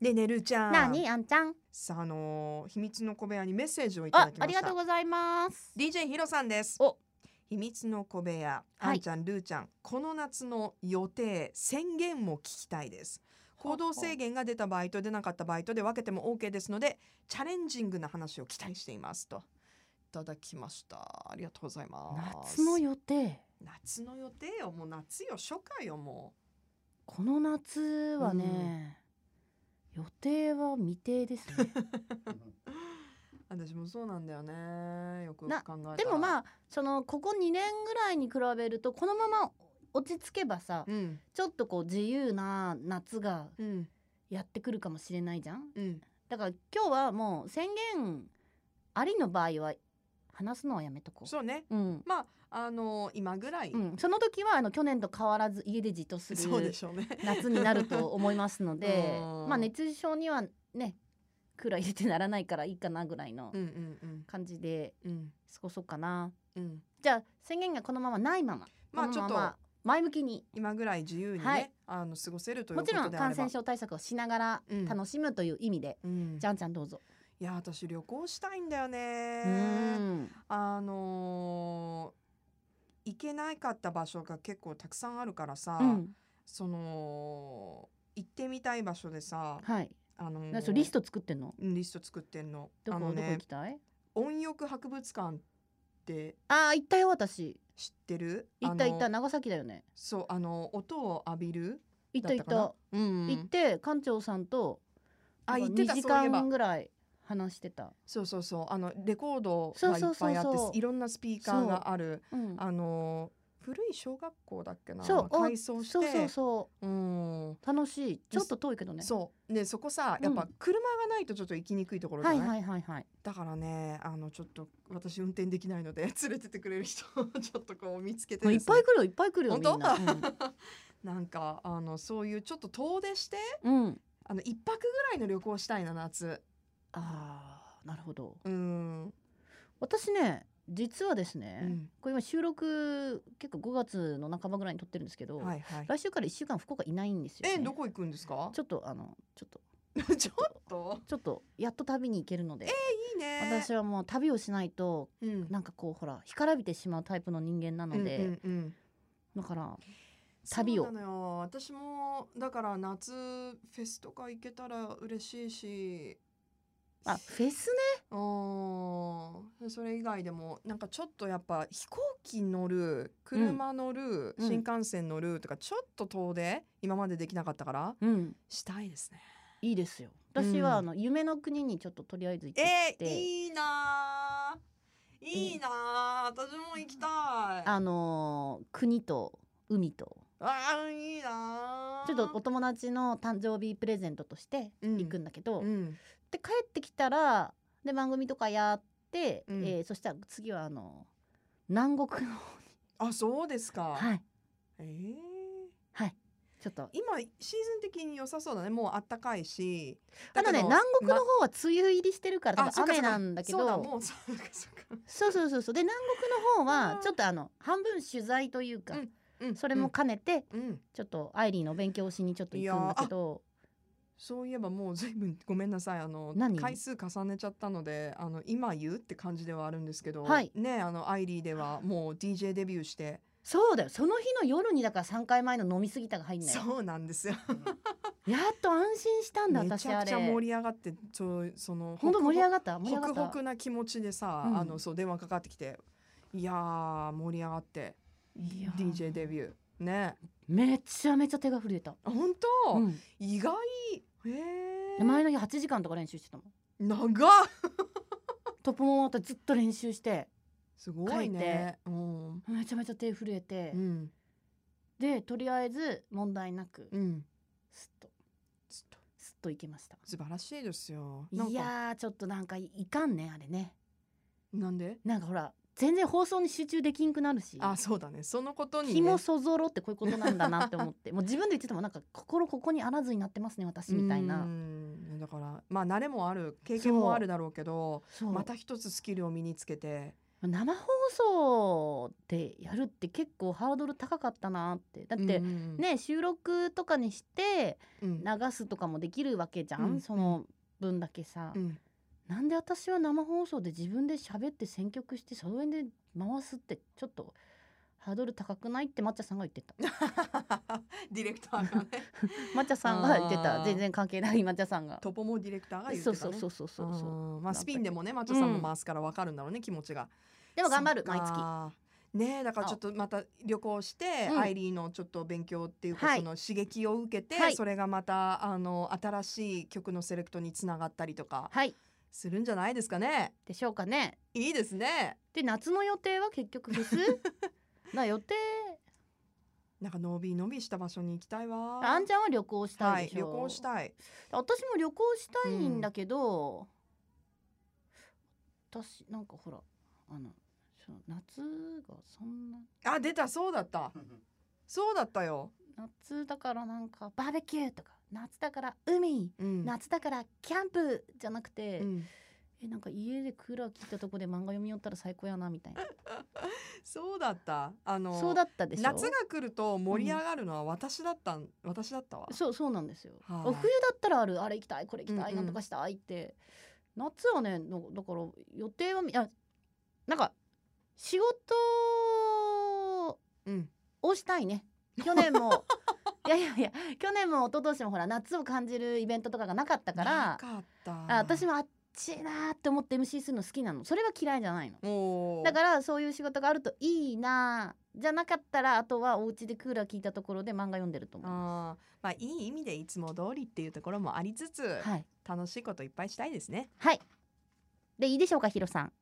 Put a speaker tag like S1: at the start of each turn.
S1: でねるちゃん
S2: なあにあんちゃん
S1: さああのー秘密の小部屋にメッセージをいた
S2: あ
S1: だき
S2: あ
S1: ま
S2: り
S1: した
S2: がとうございます
S1: DJ ひろさんです
S2: お
S1: 秘密の小部屋
S2: は
S1: あ
S2: い
S1: んちゃん、るーちゃんこの夏の予定宣言も聞きたいです行動制限が出た場合と出なかった場合とで分けても OK ですのでチャレンジングな話を期待していますといただきましたありがとうございます
S2: 夏の予定
S1: 夏の予定よもう夏よ初夏よも
S2: この夏はね、予定は未定です ね
S1: う私もそうなんだよねよくよ
S2: な
S1: く考えたら
S2: でも
S1: あ
S2: まあそのここ2年ぐらいに比べるとこのまま落ち着けばさ
S1: うん
S2: ちょっとこう自由な夏が
S1: うん
S2: やってくるかもしれないじゃん
S1: うん
S2: だから今日はもう宣言ありの場合は話すのはやめとこう
S1: そうね
S2: う、ん
S1: まああの今ぐらい、
S2: うん、その時はあの去年と変わらず家でじっとする
S1: そうでしょうね
S2: 夏になると思いますので
S1: うん
S2: まあ熱中症にはねくら入れてならないからいいかなぐらいの
S1: うんうんうん
S2: 感じで
S1: うん
S2: 過ごそうかな、
S1: うん
S2: じゃあ宣言がこのままないまま
S1: まあ
S2: こ
S1: ち
S2: の
S1: ょっと
S2: まま前向きに
S1: 今ぐらい自由にね、
S2: はい
S1: あの過ごせるという
S2: も
S1: こと
S2: ち
S1: であれ
S2: ろん
S1: ば
S2: 感染症対策をしながら
S1: うん
S2: 楽しむという意味で、
S1: うん
S2: じゃんちゃんどうぞ。
S1: いや私旅行したいんだよ
S2: う
S1: ね
S2: ん
S1: あのー行けなかった場所が結構たくさんあるからさ、
S2: うん
S1: その行ってみたい場所でさ
S2: はい、
S1: あのー
S2: なそれリスト作ってんの
S1: うんリスト作ってんの
S2: ど
S1: あ
S2: こ,、
S1: の
S2: どこ行
S1: ね
S2: きたい
S1: 温浴博物館って
S2: あー行ったよ私
S1: 知ってる
S2: 行った行っ
S1: あ
S2: た
S1: の
S2: 長崎だよね
S1: そうあの音を浴びる
S2: 行った行っ
S1: だった
S2: た、
S1: うんうん
S2: 行って館長さんと
S1: あ
S2: なん
S1: 行
S2: か
S1: ってた
S2: 2時
S1: そういえば
S2: 間ぐらい話してた
S1: そうそうそうあのレコード
S2: そう
S1: がい
S2: そう
S1: っ
S2: そ
S1: ぱ
S2: う
S1: いあって
S2: そう
S1: いろんなスピーカーがある
S2: うん
S1: あの古い小学校だっけな
S2: そうお
S1: 改装して
S2: そうそうそ
S1: うん
S2: う楽しいちょっと遠いけどね
S1: そうねそこさ
S2: うん
S1: やっぱ車がないとちょっと行きにくいところじゃ
S2: は
S1: ないい、
S2: はいはいはい
S1: だからねあのちょっと私運転できないので 連れてってくれる人をちょっとこう見つけて
S2: もうい
S1: です
S2: っ
S1: ね、
S2: ぱい来るよいっぱい来るよみ
S1: 本当
S2: んなうん
S1: なんかあのそういうちょっと遠出して
S2: うん
S1: あの一泊ぐらいの旅行したいな夏
S2: あーなるほど
S1: うん、
S2: 私ね実はです
S1: う
S2: ね、
S1: ん、
S2: これ今収録結構5月の半ばぐらいに撮ってるんですけど、
S1: はいはい
S2: 来週から1週間福岡いないんですよ、ね、
S1: えどこ行くんですか
S2: ちょっとあのちょっ と
S1: ちょっと
S2: ちょっとやっと旅に行けるので、
S1: いいね
S2: 私はもう旅をしないと
S1: うん
S2: なんかこうほら干からびてしまうタイプの人間なので、
S1: うんうんうん
S2: だから旅を
S1: そうなのよ私もだから夏フェスとか行けたら嬉しいし
S2: あフェスね
S1: うんそれ以外でもなんかちょっとやっぱ飛行機乗る車乗る、
S2: うん
S1: 新幹線乗るとかちょっと遠出今までできなかったから
S2: うん
S1: したいですね。
S2: いいですよ
S1: うん
S2: 私はあの、夢の国にちょっととりあえず行って
S1: え
S2: きて、
S1: ー、いいなーいいなー私も行きたい
S2: あ
S1: あ
S2: のー国と海と
S1: あーいいなー
S2: ちょっとお友達の誕生日プレゼントとして行くんだけど、
S1: うん
S2: で帰ってきたらで番組とかやって、
S1: うん
S2: えーそしたら次はあの南国の、
S1: あそうですか、
S2: はい、
S1: えー
S2: ちょっと
S1: 今シーズン的に良さそうだねもうあったかいし
S2: あのね南国の
S1: ま
S2: 方は梅雨入りしてるから
S1: あ
S2: 多
S1: そっかそっ
S2: 分雨
S1: か
S2: なんだけ
S1: そ
S2: ど
S1: うだもうそうかそうか
S2: そうそうそうそうで南国の方
S1: あ
S2: は
S1: ー
S2: ちょっとあの半分取材というか、
S1: うん
S2: それも兼ねて、
S1: うん、うん
S2: ちょっとアイリーの勉強しにちょっと行くんだけど
S1: そういえばもう随分ごめんなさいあの
S2: 何
S1: 回数重ねちゃったのであの今言うって感じではあるんですけど、
S2: はい
S1: ねあのアイリーではもう DJ デビューして
S2: そうだよその日の夜にだから3回前の飲みすぎたが入んない
S1: そうなんですよ
S2: やっと安心したんだ
S1: め
S2: 私
S1: ちゃ
S2: あ
S1: く
S2: れ
S1: ちゃ盛り上がってちょその
S2: 本当盛り上がった盛
S1: ホ
S2: り上が
S1: ク
S2: った
S1: ホクな気持ちでさ、
S2: うん
S1: あのそう電話かかってきていやー盛り上がって
S2: いや
S1: DJ デビューね
S2: めちゃめちゃ手が震えた、
S1: あ本当、
S2: うん、
S1: 意外へえ
S2: 前の日8時間とか練習してたもん
S1: 長っ
S2: トップも終わったずっと練習して
S1: すごいねうん
S2: めちゃめちゃ手震えて、
S1: うん
S2: でとりあえず問題なく
S1: うん
S2: すっとすっと行けました
S1: 素晴らしいですよなんか
S2: いやーちょっとなんかいいかんねあれね
S1: なんで
S2: なんかほら全然放送に集中できんくなるし
S1: あそうだねそのことに、
S2: 気
S1: ね
S2: も、そぞろってこういうことなんだなって思っ てもう自分で言っててもなんか心ここにあらずになってますね私みたいうなん
S1: だからまあ慣れもある経験もあるだろうけど
S2: そう、
S1: また一つスキルを身につけて
S2: 生放送でやるって結構ハードル高かったなってだって、ね収録とかにして
S1: うん、
S2: 流すとかもできるわけじゃん、
S1: うん
S2: その分だけさ、
S1: うん
S2: なんで私は生放送で自分で喋って選曲してそれで回すってちょっとハードル高くないって抹茶さんが 言ってた
S1: ディレクターがね
S2: 抹茶さんが言って
S1: あ
S2: た
S1: ー
S2: 全然関係ない抹茶さんが
S1: トポモディレクターが言ってた
S2: そう
S1: ね
S2: そうそうそうそうそう
S1: うんまあスピンでもね松田さんも回すからわかるんだろうね、気持ちが
S2: でも頑張る
S1: そっ
S2: 毎
S1: か
S2: 月
S1: ねえだからちょっとまた旅行して、
S2: うん
S1: アイリーのちょっと勉強っていうか、
S2: はい
S1: その刺激を受けて、
S2: はい
S1: それがまたあの新しい曲のセレクトにつながったりとか
S2: はい
S1: するんじゃないですかね
S2: でしょうかね
S1: いいですね
S2: で夏の予定は結局フェ スな予定
S1: なんかのびのびした場所に行きたいわ
S2: あんちゃんは旅行した
S1: はいい
S2: でし
S1: 旅
S2: ょ、
S1: 行したい
S2: 私も旅行したいんだけど、私なんかほらあのその夏がそんな
S1: あ出たそうだったそうだったよ、
S2: 夏だからなんかバーベキューとか夏だから海
S1: うん
S2: 夏だからキャンプじゃなくて、
S1: うん
S2: えなんか家でクーラー切ったとこで漫画読み寄ったら最高やなみたいな
S1: そうだったあの
S2: そうだったでしょ
S1: 夏が来ると盛り上がるのは私だったん、私だったわ
S2: そうそうなんですよ、
S1: はい
S2: お冬だったらあるあれ行きたいこれ行きたい、
S1: うんうん
S2: なんとかしたいって夏はねのだから予定はみあなんか仕事
S1: うん
S2: をしたいね去 年もいやいやいや去年も一昨年もほら夏を感じるイベントとかがなかったから
S1: なかった
S2: あ私もあっちいなーって思って MC するの好きなのそれは嫌いじゃないの
S1: もう
S2: だからそういう仕事があるといいなーじゃなかったらあとはお家でクーラー聞いたところで漫画読んでると思う
S1: あーまあいい意味でいつも通りっていうところもありつつ、
S2: はい
S1: 楽しいこといっぱいしたいですね
S2: はいでいいでしょうかヒロさん